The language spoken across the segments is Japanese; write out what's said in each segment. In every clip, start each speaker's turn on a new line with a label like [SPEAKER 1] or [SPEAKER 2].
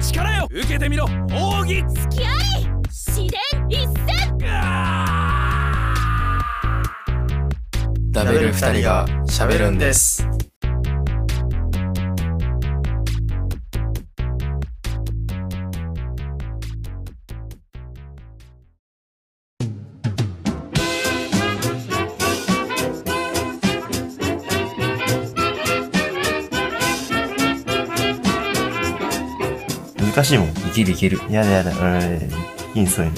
[SPEAKER 1] 受けてみろ奥義
[SPEAKER 2] 付き合い試練一戦
[SPEAKER 3] 食べる二人が喋るんです。
[SPEAKER 4] 難しいもん。
[SPEAKER 5] いけるいける。
[SPEAKER 4] やだやだ、うん、いいんそういう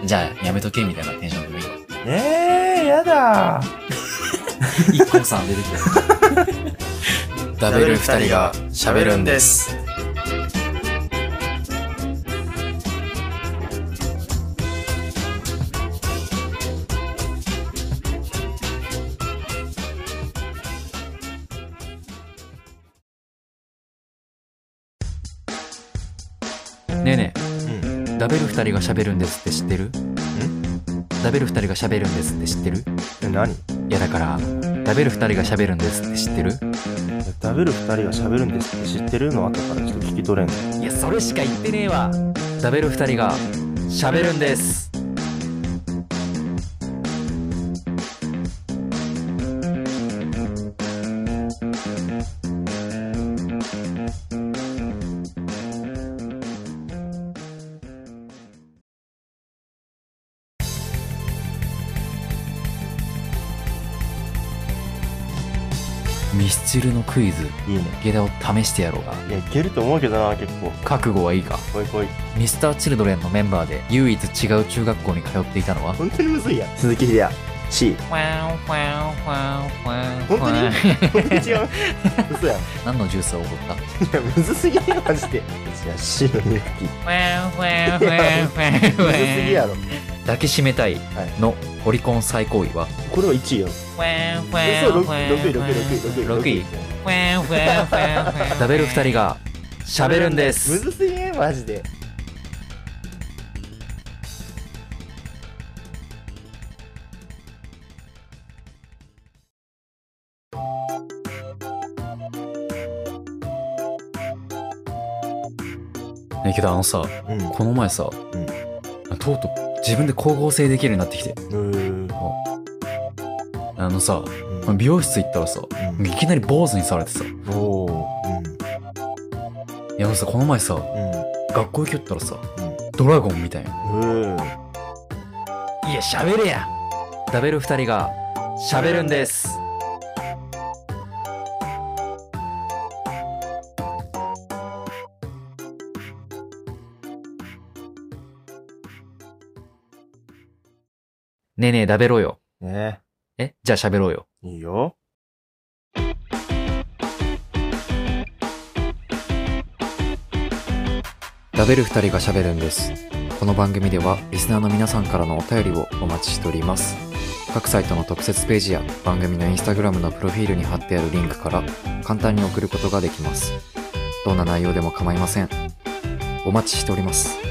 [SPEAKER 4] の。
[SPEAKER 5] じゃあ、やめとけみたいなテンションでもいいよ。
[SPEAKER 4] えー、やだ
[SPEAKER 5] 一個さん出てきた。
[SPEAKER 3] 食べる二人が喋るんです。
[SPEAKER 6] ねえねえ、ダベル二人が喋るんですって知ってるダベル二人が喋るんですって知ってる
[SPEAKER 4] え、何
[SPEAKER 6] いやだからダベル二人が喋るんですって知ってる
[SPEAKER 4] 食べる二人が喋るんですって知ってるの後からちょっと聞き取れんの。
[SPEAKER 6] いやそれしか言ってねえわダベル二人が喋るんですミスチルのクイズ
[SPEAKER 4] いいね。
[SPEAKER 6] ゲダを試してやろうが
[SPEAKER 4] いや、いけると思うけどな、結構。
[SPEAKER 6] 覚悟はいいか
[SPEAKER 4] こいこい。
[SPEAKER 6] ミスターチルドレンのメンバーで唯一違う中学校に通っていたのは
[SPEAKER 4] 本当にむずいやん。鈴木秀也。C。本当に本当に違う。嘘やん。い
[SPEAKER 6] 何のジュースを送った
[SPEAKER 4] や、むずすぎやん、マジで。じゃあ C の勇気。むずすぎやろ。
[SPEAKER 6] 抱きしめたいのオリコン最高位は
[SPEAKER 4] これは1位よ。嘘、6位、6位、6位、6位、6
[SPEAKER 6] 6位食べる2人が喋るんで
[SPEAKER 4] む
[SPEAKER 6] す
[SPEAKER 4] ずすぎねマジで。
[SPEAKER 6] ねえけどあのさ
[SPEAKER 4] うん。
[SPEAKER 6] この前さ、
[SPEAKER 4] うん
[SPEAKER 6] とうとう自分で光合成できるようになってきて
[SPEAKER 4] うん。
[SPEAKER 6] あのさ
[SPEAKER 4] うん
[SPEAKER 6] 美容室行ったらさ
[SPEAKER 4] う
[SPEAKER 6] いきなり坊主にされてさ
[SPEAKER 4] ん。おー。うん。
[SPEAKER 6] いやあのさこの前さ
[SPEAKER 4] う
[SPEAKER 6] 学校行きよったらさ
[SPEAKER 4] ん。
[SPEAKER 6] ドラゴンみたいな
[SPEAKER 4] うん。うん。
[SPEAKER 6] いや喋れや食べる2人が喋るんですねえねえ、食べろうよ。
[SPEAKER 4] ね
[SPEAKER 6] えじゃあ喋ろうよ。
[SPEAKER 4] いいよ。
[SPEAKER 7] ラベル2人が喋るんですこの番組ではリスナーの皆さんからのお便りをお待ちしております各サイトの特設ページや番組のインスタグラムのプロフィールに貼ってあるリンクから簡単に送ることができますどんな内容でも構いませんお待ちしております